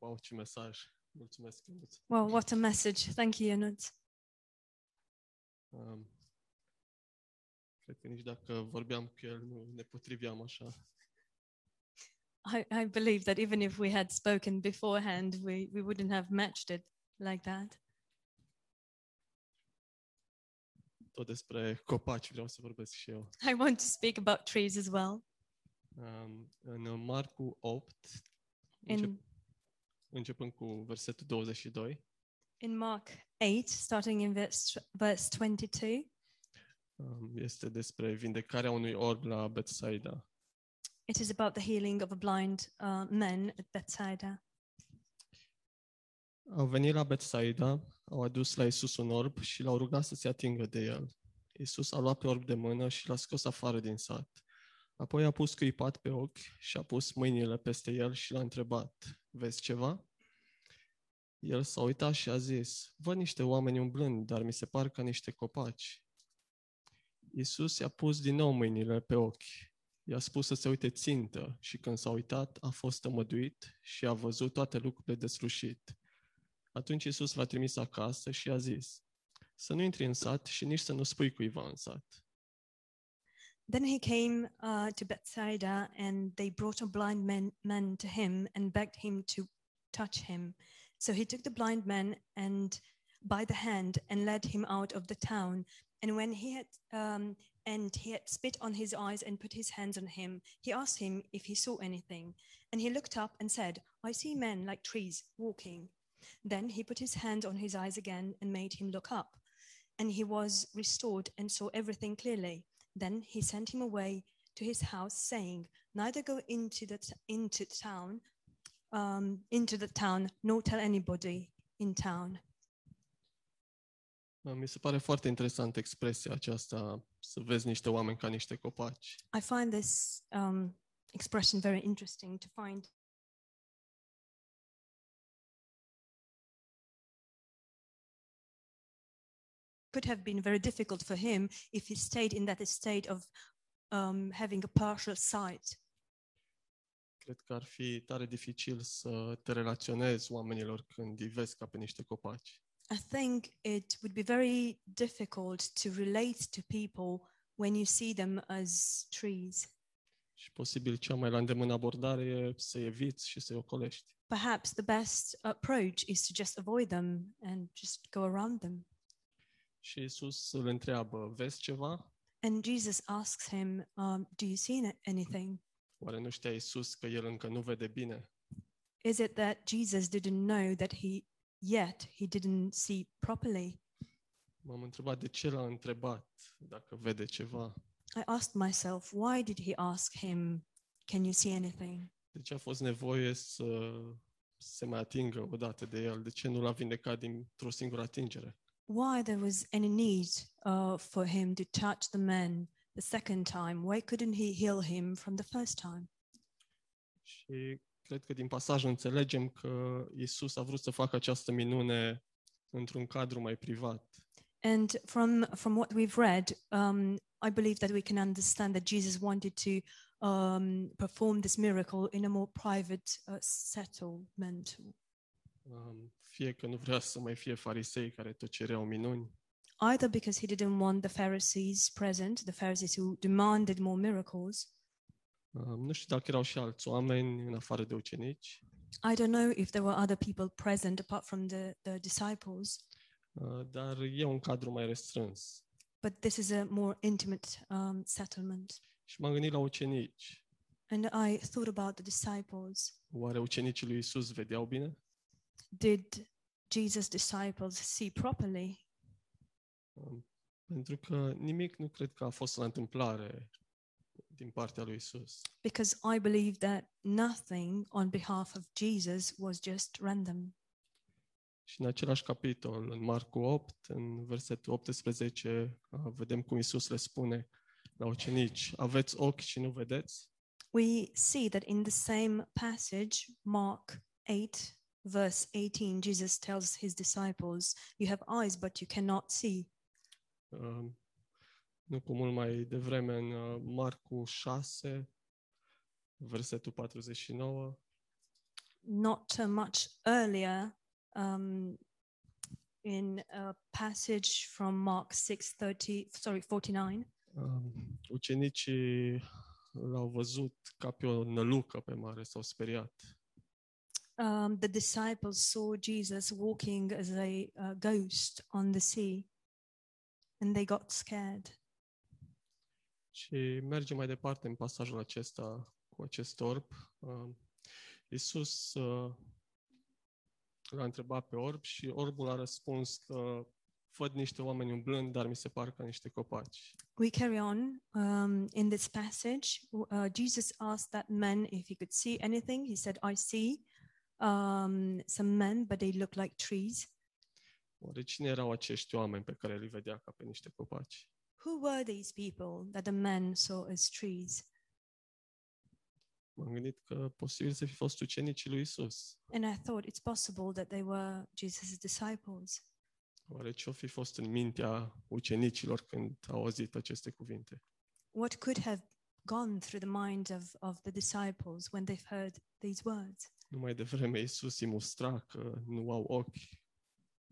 Wow, ce mesaj! Mulțumesc, Ionuț! Well, what a message. Thank you, Ionut. Um, cred că nici dacă vorbeam cu el, nu ne potriveam așa. I, I believe that even if we had spoken beforehand, we, we wouldn't have matched it like that. Tot despre copaci vreau să vorbesc și eu. I want to speak about trees as well. Um, în Marcu 8, încep, In, începând cu versetul 22, in Mark 8, starting in verse, verse 22, um, este despre vindecarea unui orb la Betsaida. it is about the healing of a blind uh, man at Bethsaida. Au venit la Betsaida, au adus la Isus un orb și l-au rugat să se atingă de el. Isus a luat pe orb de mână și l-a scos afară din sat. Apoi a pus cuipat pe ochi și a pus mâinile peste el și l-a întrebat, vezi ceva? El s-a uitat și a zis, văd niște oameni umblând, dar mi se par ca niște copaci. Isus i-a pus din nou mâinile pe ochi. I-a spus să se uite țintă și când s-a uitat a fost tămăduit și a văzut toate lucrurile deslușit. Atunci Iisus l-a trimis acasă și a zis, să nu intri în sat și nici să nu spui cuiva în sat. Then he came uh, to Bethsaida, and they brought a blind man, man to him and begged him to touch him. So he took the blind man and by the hand and led him out of the town. And when he had um, and he had spit on his eyes and put his hands on him, he asked him if he saw anything. And he looked up and said, "I see men like trees walking." Then he put his hand on his eyes again and made him look up. And he was restored and saw everything clearly. Then he sent him away to his house, saying, "Neither go into the t- into the town, um, into the town, nor tell anybody in town." Da, Mi se pare foarte interesantă expresia aceasta, să vezi niște oameni ca niște copaci. I find this um, expression very interesting to find. Could have been very difficult for him if he stayed in that state of um, having a partial sight. Cred că ar fi tare dificil să te relaționezi oamenilor când îi vezi ca pe niște copaci. I think it would be very difficult to relate to people when you see them as trees. Și posibil cea mai la îndemână abordare e să eviți și să-i ocolești. Perhaps the best approach is to just avoid them and just go around them. Și Isus îl întreabă, vezi ceva? And Jesus asks him, um, Do you see n- anything? Oare nu știa Isus că el încă nu vede bine? Is it that Jesus didn't know that he yet he didn't see properly? M-am întrebat de ce l-a întrebat dacă vede ceva. I asked myself, why did he ask him, Can you see anything? De ce Deci a fost nevoie să se mai atingă odată de el? De ce nu l-a vindecat dintr-o singură atingere? Why there was any need uh, for him to touch the man the second time? Why couldn't he heal him from the first time? Și cred că din pasaj înțelegem că Isus a vrut să facă această minune într-un cadru mai privat. And from from what we've read, um, I believe that we can understand that Jesus wanted to um, perform this miracle in a more private uh, settlement. Um, Fie că nu vrea să mai fie farisei care tot cereau minuni, Either because he didn't want the Pharisees present, the Pharisees who demanded more miracles. um, nu știu dacă erau și alți oameni în afară de ucenici, I don't know if there were other people present apart from the, the disciples, uh, dar e un cadru mai restrâns. but this is a more intimate um, settlement. Și m-am gândit la ucenici. And I thought about the disciples. Oare ucenicii lui Isus vedeau bine? Did Jesus' disciples see properly? Um, Pentru că nimic nu cred că a fost la întâmplare din partea lui Isus. because I believe that nothing on behalf of Jesus was just random. Și în același capitol, în Marcu 8, în versetul 18, uh, vedem cum Isus le spune la ucenici, aveți ochi și nu vedeți? We see that in the same passage, Mark 8, verse 18, Jesus tells his disciples, You have eyes, but you cannot see. Uh, Nu cu mult mai devreme, în uh, Marcu 6, versetul 49, not uh, much earlier um, in a passage from Mark 6:30 sorry 49 Um, Ucenicii l-au văzut ca pe o nălucă pe mare, s-au speriat. um, the disciples saw Jesus walking as a uh, ghost on the sea and they got scared Și merge mai departe în pasajul acesta cu acest orb. Uh, Iisus uh, l-a întrebat pe orb și orbul a răspuns că văd niște oameni umblând, dar mi se par ca niște copaci. we carry on um, in this passage. W- Uh, Jesus asked that man if he could see anything. He said, I see um, some men, but they look like trees. Oare cine erau acești oameni pe care îi vedea ca pe niște copaci? Who were these people that the man saw as trees? M-am gândit că posibil să fi fost ucenicii lui Iisus. And I thought it's possible that they were Jesus' disciples. Oare ce-o fi fost în mintea ucenicilor când au auzit aceste cuvinte? What could have gone through the mind of, of the disciples when they've heard these words? Numai devreme Iisus îi mustra că nu au ochi,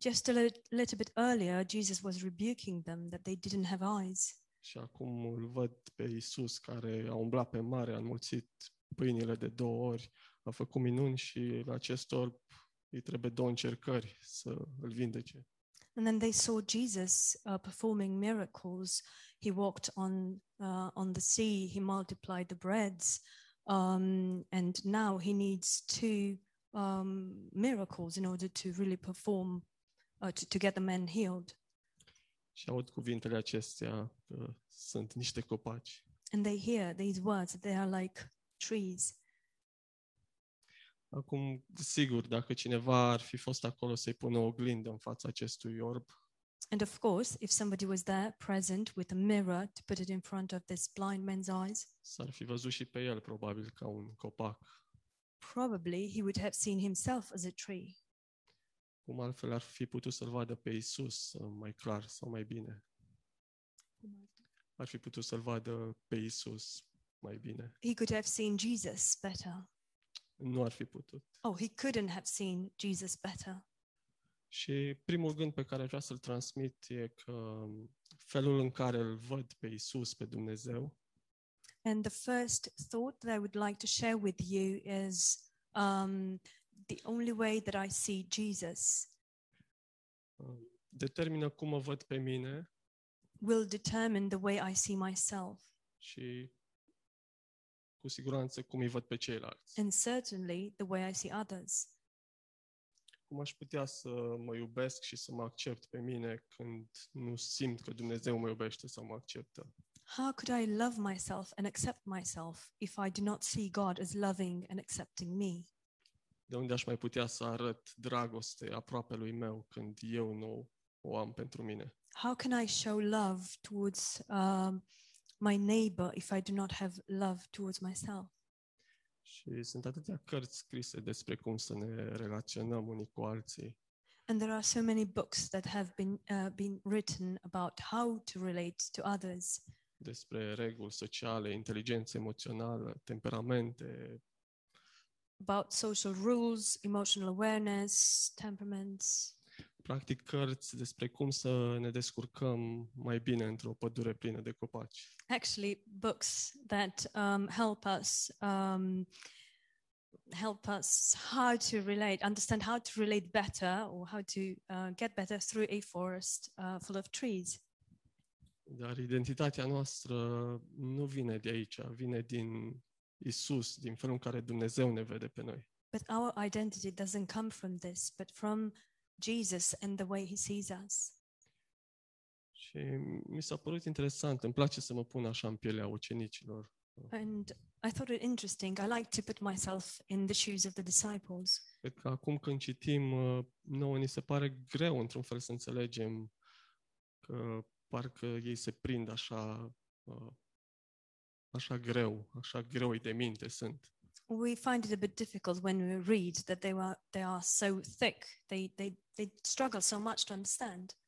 Just a lit- little bit earlier, Jesus was rebuking them that they didn't have eyes. Și acum îl văd pe Iisus care a umblat pe mare, a înmulțit pâinile de două ori, a făcut minuni și la acest orb îi trebuie două încercări să îl vindece. And then they saw Jesus uh, performing miracles. He walked on uh, on the sea. He multiplied the breads, um, and now he needs two um, miracles in order to really perform uh, to, to get the man healed. Și aud cuvintele acestea că sunt niște copaci. And they hear these words. They are like trees. Acum, sigur, dacă cineva ar fi fost acolo să-i pună o oglindă în fața acestui orb, And of course, if somebody was there present with a mirror to put it in front of this blind man's eyes, s-ar fi văzut și pe el, probabil, ca un copac. probably he would have seen himself as a tree. Cum altfel ar fi putut să-l vadă pe Iisus uh, mai clar sau mai bine? ar fi putut să-l vadă pe Isus mai bine. He could have seen Jesus better. Nu ar fi putut. Oh, he couldn't have seen Jesus better. Și primul gând pe care aș vrea să-l transmit e că um, felul în care îl văd pe Isus, pe Dumnezeu, And the first thought that I would like to share with you is um, the only way that I see Jesus um, determină cum mă văd pe mine will determine the way I see myself, și cu siguranță cum îi văd pe ceilalți. and certainly the way I see others. Cum aș putea să mă iubesc și să mă accept pe mine când nu simt că Dumnezeu mă iubește sau mă acceptă? How could I love myself and accept myself if I do not see God as loving and accepting me? De unde aș mai putea să arăt dragoste aproape lui meu când eu nu o am pentru mine? How can I show love towards um, my neighbor if I do not have love towards myself? Și sunt atâtea cărți scrise despre cum să ne relaționăm unii cu alții. And there are so many books that have been uh, been written about how to relate to others, Despre reguli sociale, inteligență emoțională, temperamente. about social rules, emotional awareness, temperaments, Practic cărți despre cum să ne descurcăm mai bine într-o pădure plină de copaci. actually books that um, help us um, help us how to relate, understand how to relate better or how to uh, get better through a forest uh, full of trees. Dar identitatea noastră nu vine de aici, vine din Isus, din felul în care Dumnezeu ne vede pe noi. But our identity doesn't come from this, but from Jesus and the way He sees us. Și mi s-a părut interesant, îmi place să mă pun așa în pielea ucenicilor. And I thought it interesting. I like to put myself in the shoes of the disciples. Cred că acum când citim, uh, nouă ni se pare greu într-un fel să înțelegem că parcă ei se prind așa, uh, așa greu, așa greu de minte sunt. We find it a bit difficult when we read that they were they are so thick. They they they struggle so much to understand.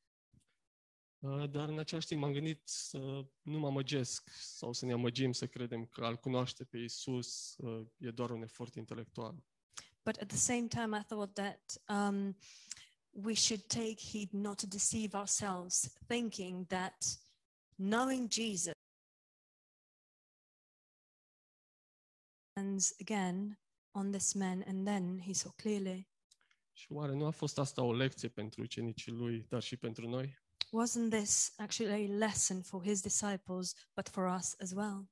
Uh, Dar în același timp m-am gândit să nu mă amăgesc sau să ne uh, amăgim să credem că al cunoaște pe Isus e doar un efort intelectual. But at the same time, I thought that um, we should take heed not to deceive ourselves, thinking that knowing Jesus and again on this man, and then he saw clearly. Și oare nu a fost asta o lecție pentru ucenicii lui, dar și pentru noi? Wasn't this actually a lesson for his disciples, but for us as well?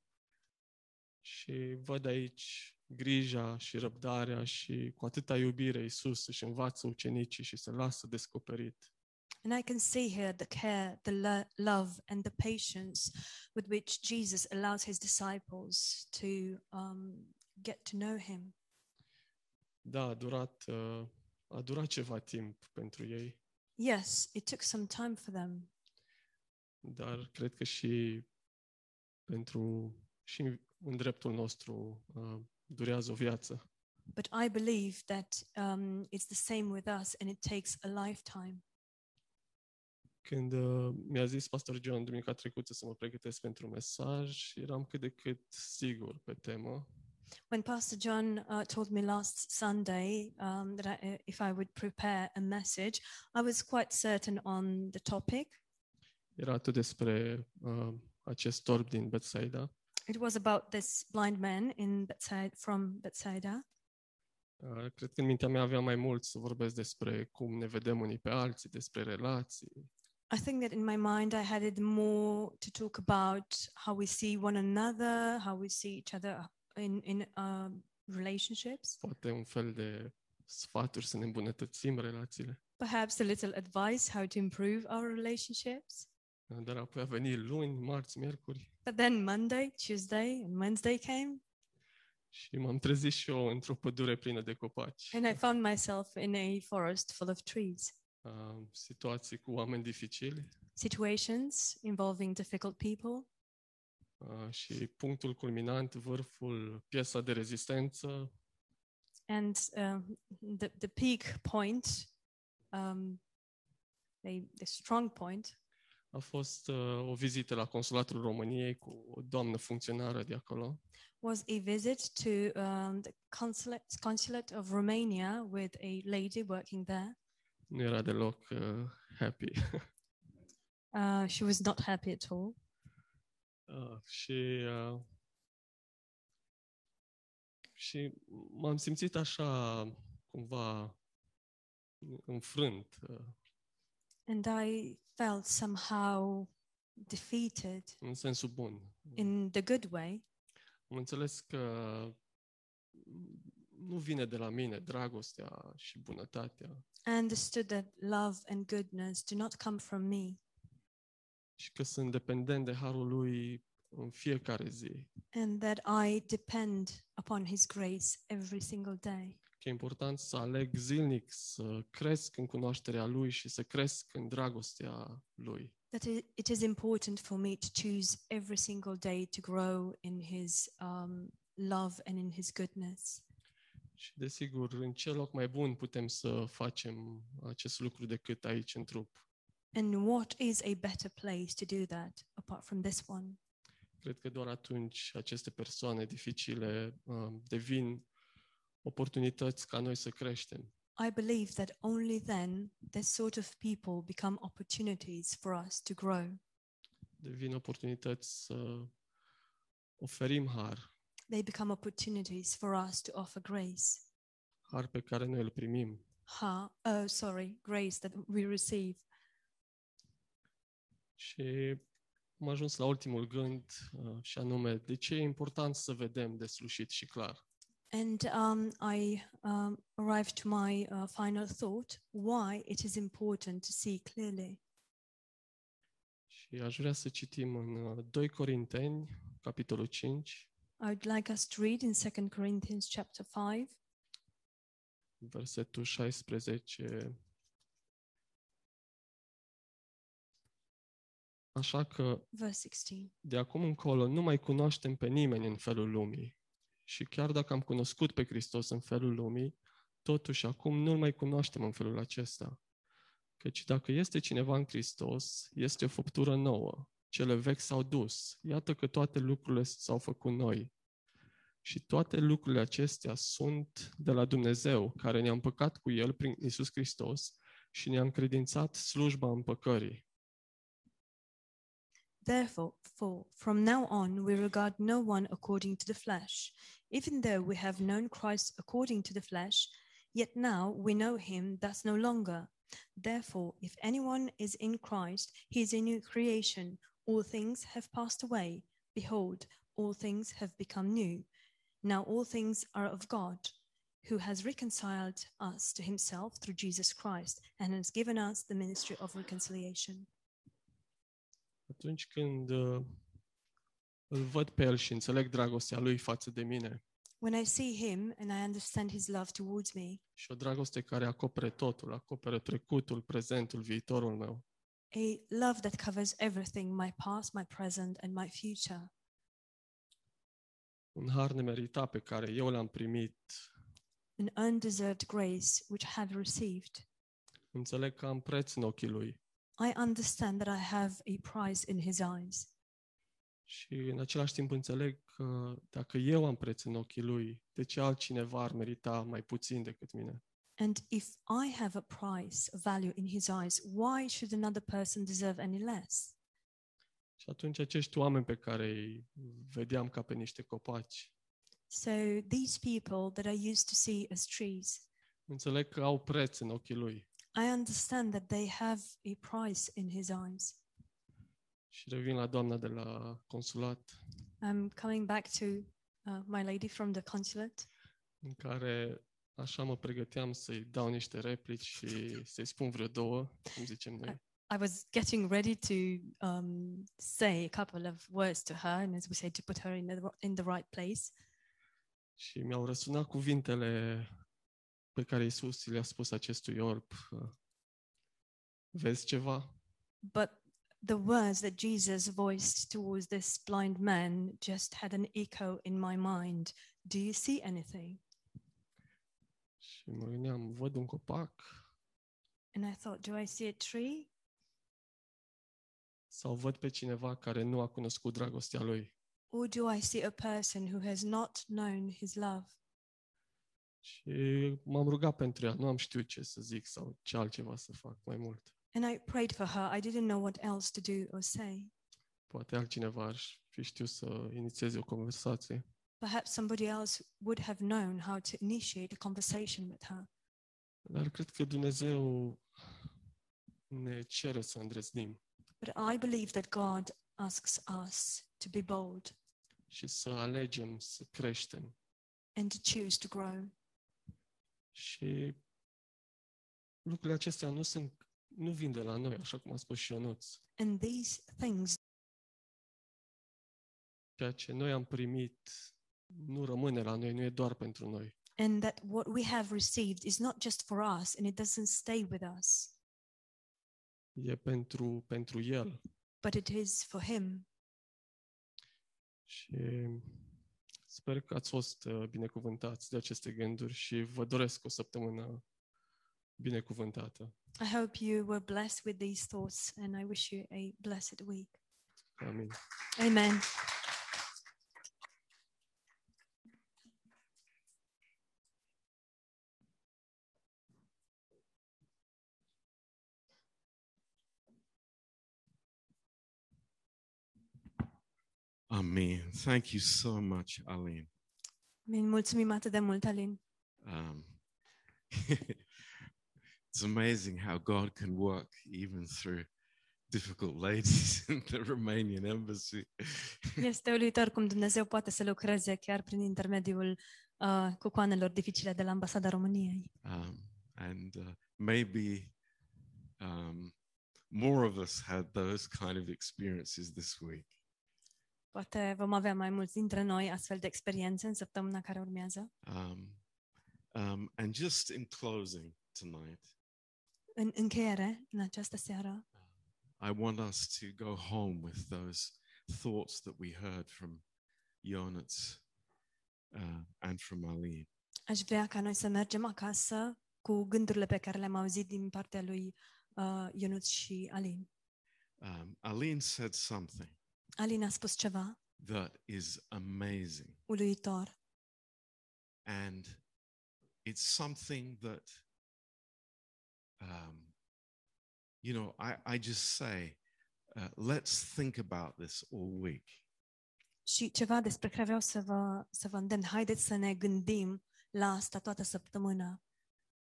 Și văd aici grija și răbdarea și cu atâta iubire Iisus își învață ucenicii și se lasă descoperit. And I can see here the care, the lo- love, and the patience with which Jesus allows his disciples to um, get to know him. Da, a durat, uh, a durat ceva timp pentru ei, Yes, it took some time for them, dar cred că și pentru și în dreptul nostru uh, durează o viață. but I believe that um, it's the same with us and it takes a lifetime. Când uh, mi-a zis pastor John duminica trecută să mă pregătesc pentru mesaj, eram cât de cât sigur pe temă, When Pastor John uh, told me last Sunday um, that I, if I would prepare a message, I was quite certain on the topic. era tot despre uh, acest torb din Betsaida. It was about this blind man in Bethsaida, from Bethsaida. Uh, Cred că în mintea mea aveam mai mult să vorbesc despre cum ne vedem unii pe alții, despre relații, I think that in my mind, I had it more to talk about how we see one another, how we see each other in, in um, relationships, poate un fel de sfaturi să ne îmbunătățim relațiile. perhaps a little advice how to improve our relationships. Uh, Dar apoi a venit luni, marți, miercuri But then Monday, Tuesday, and Wednesday came, și m-am trezit și eu într-o pădure plină de copaci. and I found myself in a forest full of trees. Uh, Situații cu oameni dificili Situations involving difficult people, uh, și punctul culminant, vârful, piesa de rezistență, and um, the, the peak point, um, the, the strong point, a fost uh, o vizită la Consulatul României cu o doamnă funcționară de acolo. was a visit to um, the consulate, consulate of Romania with a lady working there. Nu era deloc uh, happy. Uh, she was not happy at all. Uh, și uh, și m-am simțit așa cumva înfrânt, uh, And I felt somehow defeated în sensul bun. in the good way. Am înțeles că nu vine de la mine dragostea și bunătatea I understood that love and goodness do not come from me și că sunt dependent de harul lui în fiecare zi. and that I depend upon His grace every single day. Că e important să aleg zilnic să cresc în cunoașterea lui și să cresc în dragostea lui. That i- it is important for me to choose every single day to grow in His um, love and in His goodness. Și desigur, în ce loc mai bun putem să facem acest lucru decât aici în trup? And what is a better place to do that apart from this one? Cred că doar atunci aceste persoane dificile uh, devin oportunități ca noi să creștem. I believe that only then this sort of people become opportunities for us to grow. Devin oportunități să oferim har, They become opportunities for us to offer grace. har pe care noi îl primim. Ha, oh, sorry, grace that we receive. Și am ajuns la ultimul gând, uh, și anume, de ce e important să vedem deslușit și clar? And um, I um, arrived to my uh, final thought why it is important to see clearly. Și aș vrea să citim în uh, 2 Corinteni, capitolul 5, I would like us to read in 2 Corinthians chapter 5, versetul 16. Așa că verse 16. de acum încolo nu mai cunoaștem pe nimeni în felul lumii. Și chiar dacă am cunoscut pe Hristos în felul lumii, totuși acum nu-L mai cunoaștem în felul acesta. Căci dacă este cineva în Hristos, este o făptură nouă. Cele vechi s-au dus. Iată că toate lucrurile s-au făcut noi. Și toate lucrurile acestea sunt de la Dumnezeu, care ne-a împăcat cu El prin Isus Hristos și ne-a încredințat slujba împăcării. Therefore, for from now on we regard no one according to the flesh. Even though we have known Christ according to the flesh, yet now we know him thus no longer. Therefore, if anyone is in Christ, he is a new creation. All things have passed away. Behold, all things have become new. Now all things are of God, who has reconciled us to himself through Jesus Christ and has given us the ministry of reconciliation. Atunci când uh, îl văd pe el și înțeleg dragostea lui față de mine When I see him and I understand his love towards me, și o dragoste care acopere totul, acopere trecutul, prezentul, viitorul meu, a love that covers everything my past, my present, and my future, un har nemeritat pe care eu l-am primit, an undeserved grace which I have received, înțeleg că am preț în ochii lui I understand that I have a prize in his eyes. și în același timp înțeleg că dacă eu am preț în ochii lui, de ce altcineva ar merita mai puțin decât mine? And if I have a price of value in his eyes, why should another person deserve any less? Și atunci acești oameni pe care îi vedeam ca pe niște copaci, So these people that I used to see as trees, înțeleg că au preț în ochii lui I understand that they have a price in his eyes. și revin la doamna de la consulat, I'm coming back to uh, my lady from the consulate. în care așa mă pregăteam să-i dau niște replici și să-i spun vreo două, cum zicem noi. I was getting ready to um, say a couple of words to her, and as we say, to put her in the, ro- in the right place. Și mi-au răsunat cuvintele pe care Iisus le-a spus acestui orb. Vezi ceva? But the words that Jesus voiced towards this blind man just had an echo in my mind. Do you see anything? Și mă gândeam, văd un copac And I thought, do I see a tree? sau văd pe cineva care nu a cunoscut dragostea lui. Or do I see a person who has not known his love? Și m-am rugat pentru ea, nu am știut ce să zic sau ce altceva să fac mai mult. And I prayed for her. I didn't know what else to do or say. Poate altcineva ar fi știut să inițieze o conversație. Perhaps somebody else would have known how to initiate a conversation with her. Dar cred că Dumnezeu ne cere să îndrăznim But I believe that God asks us to be bold și să alegem să creștem. and to choose to grow. Și lucrurile acestea nu sunt nu vin de la noi, așa cum a spus și Ionuț. And these things Ceea ce noi am primit nu rămâne la noi, nu e doar pentru noi. and that what we have received is not just for us and it doesn't stay with us, E pentru, pentru El. but it is for Him. Și sper că ați fost uh, binecuvântați de aceste gânduri și vă doresc o săptămână binecuvântată. I hope you were blessed with these thoughts and I wish you a blessed week. Amin. Amen. Amen. Thank you so much, Aline. Amin. Mulțumim atât de mult, Alin. Um, it's amazing how God can work even through difficult ladies in the Romanian embassy. Este uluitor cum Dumnezeu poate să lucreze chiar prin intermediul uh, cucoanelor dificile de la Ambasada României. Um, and uh, maybe um, more of us had those kind of experiences this week. Poate vom avea mai mulți dintre noi astfel de experiențe în săptămâna care urmează. Um, um, and just in closing tonight, În încheiere, în această seară, I want us to go home with those thoughts that we heard from Jonitz uh, and from Aline. aș vrea ca noi să mergem acasă cu gândurile pe care le-am auzit din partea lui uh, Ionut și Alin. Um, Aline said something Alin a spus ceva that is amazing. uluitor. And it's something that, um, you know, I, I just say, uh, let's think about this all week. Și ceva despre care vreau să vă, să vă îndemn. Haideți să ne gândim la asta toată săptămâna.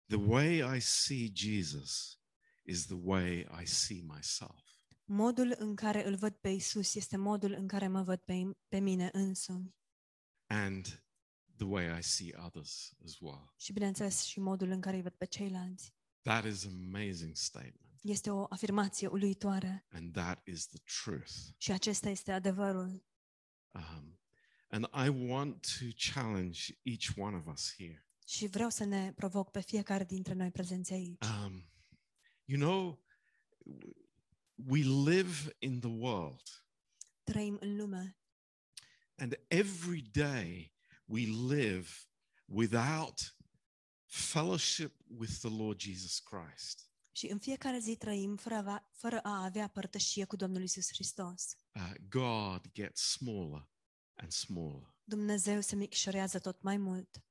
The way I see Jesus is the way I see myself. Modul în care îl văd pe Isus este modul în care mă văd pe, pe mine însumi and the way I see others as well. și, bineînțeles, și modul în care îi văd pe ceilalți. That is an amazing statement. Este o afirmație uluitoare And that is the truth. și acesta este adevărul. Um, and I want to challenge each one of us here. Și vreau să ne provoc pe fiecare dintre noi prezenți aici. Um, you know, w- we live in the world, Trăim în lume and every day we live without fellowship with the Lord Jesus Christ. și în fiecare zi trăim fără, a avea- fără a avea părtășie cu Domnul Isus Hristos. Uh, God gets smaller and smaller. Dumnezeu se micșorează tot mai mult.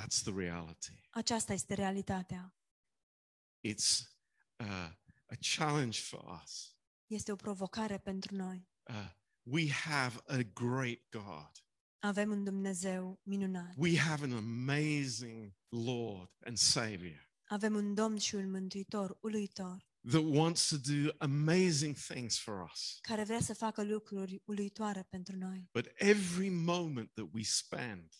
That's the reality. Aceasta este realitatea. It's uh, a challenge for us. Este o provocare pentru noi. Uh, we have a great God. Avem un Dumnezeu minunat. We have an amazing Lord and Savior Avem un Domn și un Mântuitor uluitor that wants to do amazing things for us. care vrea să facă lucruri uluitoare pentru noi. But every moment that we spend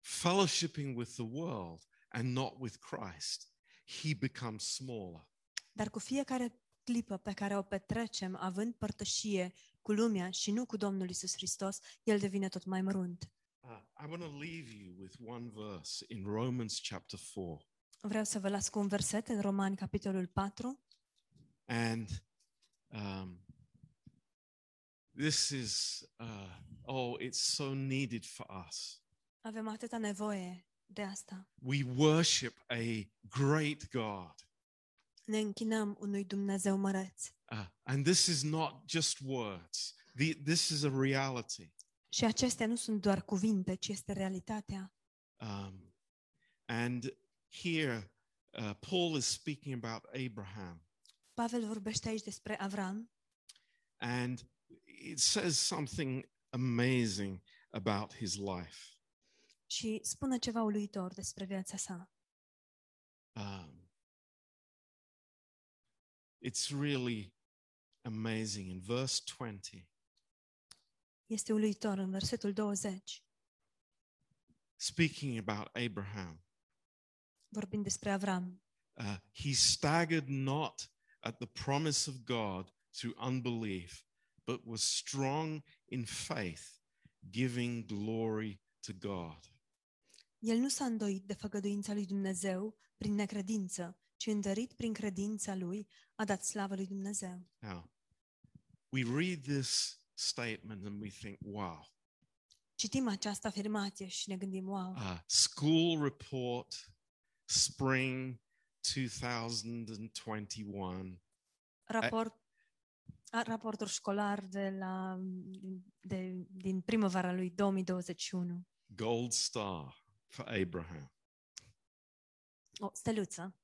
fellowshipping with the world and not with Christ, He becomes smaller. Dar cu fiecare clipă pe care o petrecem având părtășie cu lumea și nu cu Domnul Isus Hristos, el devine tot mai mărunt. Uh, I want to leave you with one verse in Romans chapter 4. Vreau să vă las cu un verset în Romani, capitolul 4. And um, this is, uh, oh, it's so needed for us. Avem atâta nevoie de asta. We worship a great God. Ne închinăm unui Dumnezeu măreț. Uh, and this is not just words, the, this is a reality. Și acestea nu sunt doar cuvinte, ci este realitatea. Um, and here, uh, Paul is speaking about Abraham. Pavel vorbește aici despre Avram And it says something amazing about his life. și spune ceva uluitor despre viața sa. Um, it's really amazing. In verse 20, Este uluitor în versetul 20, speaking about Abraham, vorbind despre Avram. uh, he staggered not at the promise of God through unbelief, but was strong in faith, giving glory to God. El nu s-a îndoit de făgăduința lui Dumnezeu prin necredință, ci întărit prin credința lui, a dat slavă lui Dumnezeu. Now, we read this statement and we think, wow, Citim această afirmație și ne gândim, wow, uh, school report, spring 2021. raport, a, raportul școlar de la, de, din primăvara lui 2021, gold star for Abraham. o steluță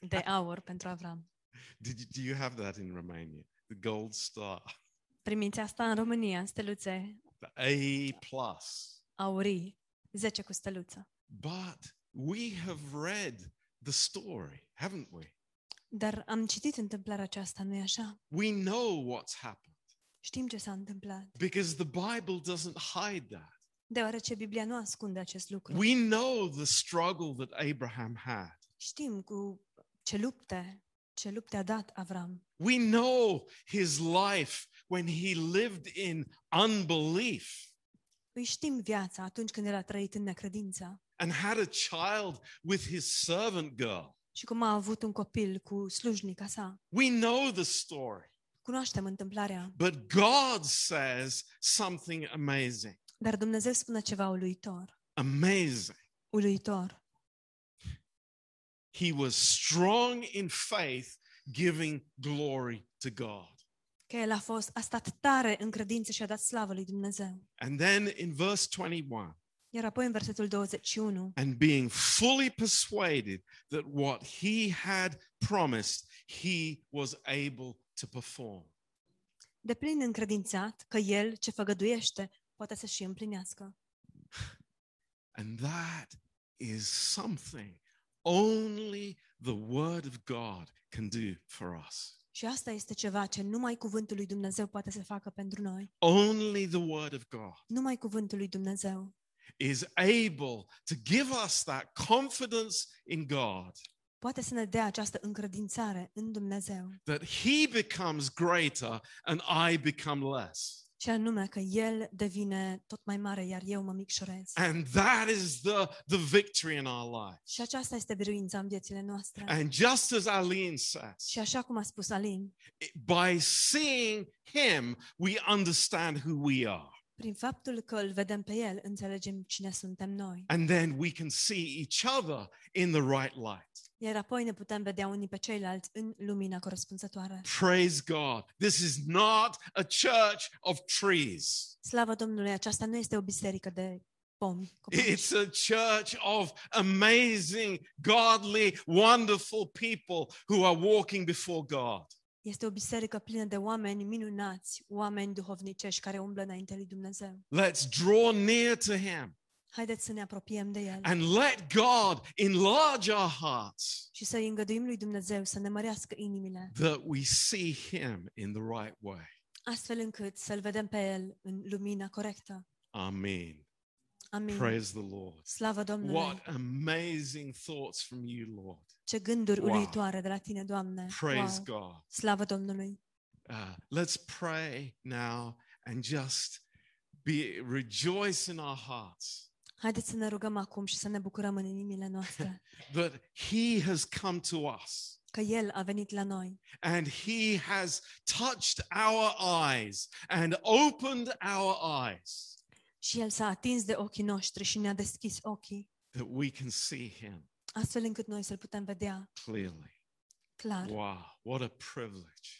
de aur pentru Avram. Did you, do you have that in Romania? The gold star, Primiți asta în România, steluțe the A plus. aurii, 10 cu steluță. But we have read the story, haven't we? Dar am citit întâmplarea aceasta, nu-i așa? We know what's happened Știm ce s-a întâmplat, because the Bible doesn't hide that. deoarece Biblia nu ascunde acest lucru. We know the struggle that Abraham had. Știm cu ce lupte, ce lupte a dat Avram. We know his life when he lived in unbelief Îi știm viața atunci când el a trăit în necredință and had a child with his servant girl. și cum a avut un copil cu slujnica sa. We know the story. Cunoaștem întâmplarea, But God says something amazing. dar Dumnezeu spune ceva uluitor. Amazing. Uluitor. He was strong in faith, giving glory to God. Că el a fost, a stat tare în credință și a dat slavă lui Dumnezeu. And then in verse 21, Iar apoi în versetul 21, and being fully persuaded that what he had promised, he was able to perform. de plin încredințat că el ce făgăduiește poate să și împlinească. And that is something only the Word of God can do for us. Și asta este ceva ce numai cuvântul lui Dumnezeu poate să facă pentru noi. Only the Word of God Numai cuvântul lui Dumnezeu is able to give us that confidence in God poate să ne dea această încredințare în Dumnezeu. that He becomes greater and I become less. Și anume că El devine tot mai mare, iar eu mă micșorez. And that is the, the victory in our life. Și aceasta este biruința în viețile noastre. And just as Aline Și says, așa cum a spus Alin, by seeing Him, we understand who we are. prin faptul că îl vedem pe El, înțelegem cine suntem noi. And then we can see each other in the right light. Iar apoi ne putem vedea unii pe ceilalți în lumina corespunzătoare. Praise God. This is not a church of trees. Slavă Domnului, aceasta nu este o biserică de pomi. copaci. It's a church of amazing, godly, wonderful people who are walking before God. Este o biserică plină de oameni minunați, oameni duhovnicești care umblă înainte lui Dumnezeu. Let's draw near to Him Haideți să ne apropiem de El and let God enlarge our hearts și să îi îngăduim lui Dumnezeu să ne mărească inimile, that we see Him in the right way. astfel încât să-L vedem pe El în lumina corectă. Amen. Amin. Praise the Lord. Slavă Domnului! What amazing thoughts from you, Lord. Ce gânduri Wow. uluitoare de la Tine, Doamne! Praise wow. God. Slavă Domnului! Uh, let's pray now and just be rejoice in our hearts Haideți să ne rugăm acum și să ne bucurăm în inimile noastre that He has come to us că El a venit la noi and He has touched our eyes and opened our eyes și El s-a atins de ochii noștri și ne-a deschis ochii, that we can see Him astfel încât noi să-L putem vedea clearly. clar. Wow, what a privilege!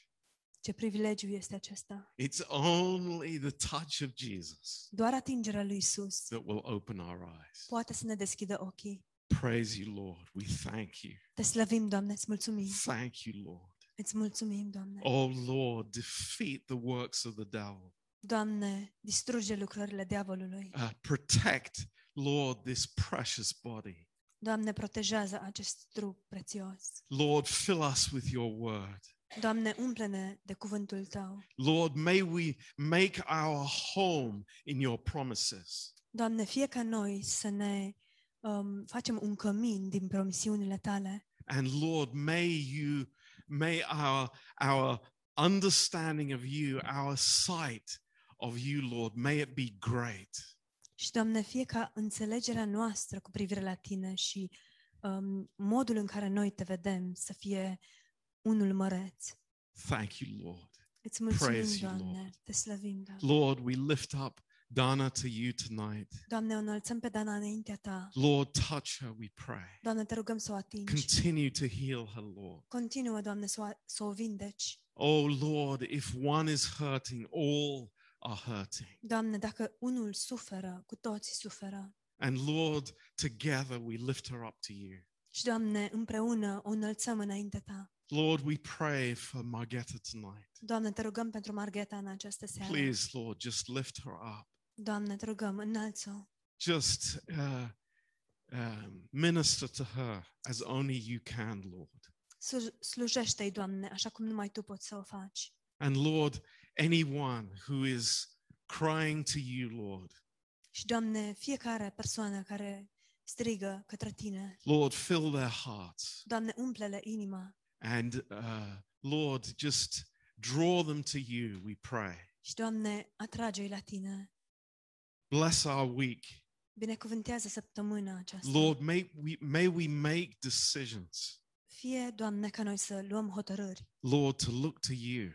Ce privilegiu este acesta! It's only the touch of Jesus Doar atingerea lui Isus that will open our eyes. poate să ne deschidă ochii. Praise you, Lord. We thank you. Te slăvim, Doamne, îți mulțumim. Thank you, Lord. Îți mulțumim, Doamne. Oh Lord, defeat the works of the devil. Doamne, distruge lucrările diavolului. Uh, protect, Lord, this precious body. Doamne, protejează acest trup prețios. Lord, fill us with your word. Doamne, umple-ne de cuvântul Tău. Lord, may we make our home in your promises. Doamne, fie ca noi să ne um, facem un cămin din promisiunile Tale And Lord, may you, may our, our understanding of you, our sight of you, Lord, may it be great. și, Doamne, fie ca înțelegerea noastră cu privire la Tine și um, modul în care noi Te vedem să fie unul măreț. Thank you, Lord. Îți mulțumim, Praise you, Doamne, Lord. Te slăvim, Doamne. Lord, we lift up Dana to you tonight. Doamne, o înălțăm pe Dana înaintea Ta. Lord, touch her, we pray. Doamne, Te rugăm să o atingi. Continue to heal her, Lord. Continuă, Doamne, să o, să o vindeci. Oh, Lord, if one is hurting, all are hurting. Doamne, dacă unul suferă, cu toții suferă. And Lord, together we lift her up to you. Și, Doamne, împreună o înălțăm înaintea Ta. Lord, we pray for Margetta tonight. Doamne, Te rugăm pentru Margheta în această seară. Please, Lord, just lift her up. Doamne, Te rugăm, înalță-o. Just uh, um, minister to her as only you can, Lord. Slu- Slujește-i, Doamne, așa cum numai Tu poți să o faci. And Lord, anyone who is crying to you, Lord, Și, Doamne, fiecare persoană care strigă către Tine, Lord, fill their hearts. Doamne, umple-le inima. And uh, Lord, just draw them to you, we pray. Și, Doamne, atrage-i la Tine. Bless our week. Binecuvântează săptămâna aceasta. Lord, may we, may we make decisions, Fie, Doamne, ca noi să luăm hotărâri. Lord, to look to you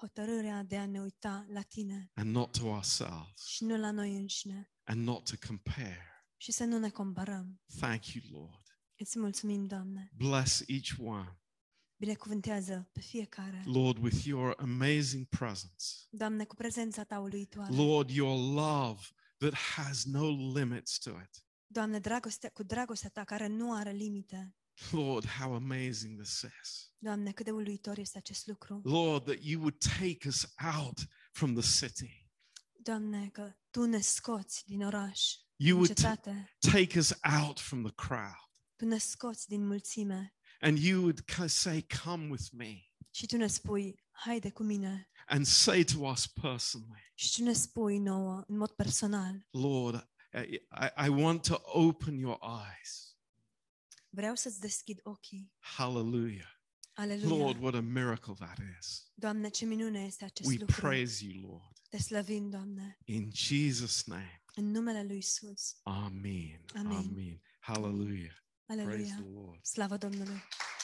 Hotărârea de a ne uita la Tine and not to ourselves și nu la noi înșine. and not to compare. Și să nu ne comparăm. Thank you, Lord. Îți mulțumim, Doamne. Bless each one, Binecuvântează pe fiecare. Lord, with your amazing presence. Doamne, cu prezența Ta uluitoare. Lord, your love that has no limits to it. Doamne, dragostea, cu dragostea ta care nu are limite, Lord, how amazing this is. Doamne, cât de uluitor este acest lucru. Lord, that you would take us out from the city. Doamne, că Tu ne scoți din oraș, You din would t- cetate, take us out from the crowd. Tu ne scoți din mulțime And you would ca- say, Come with me. și Tu ne spui, haide cu mine. And say to us personally, Și Tu ne spui nouă, în mod personal, Lord, I, I- I want to open your eyes. vreau să-ți deschid ochii. Hallelujah. Aleluia! Lord, what a miracle that is. Doamne, ce minune este acest We lucru. praise you, Lord. Te slăvim, Doamne, In Jesus' name, în numele Lui Isus. amen. Amen. Hallelujah. Praise Aleluia! the Lord. Slavă Domnului!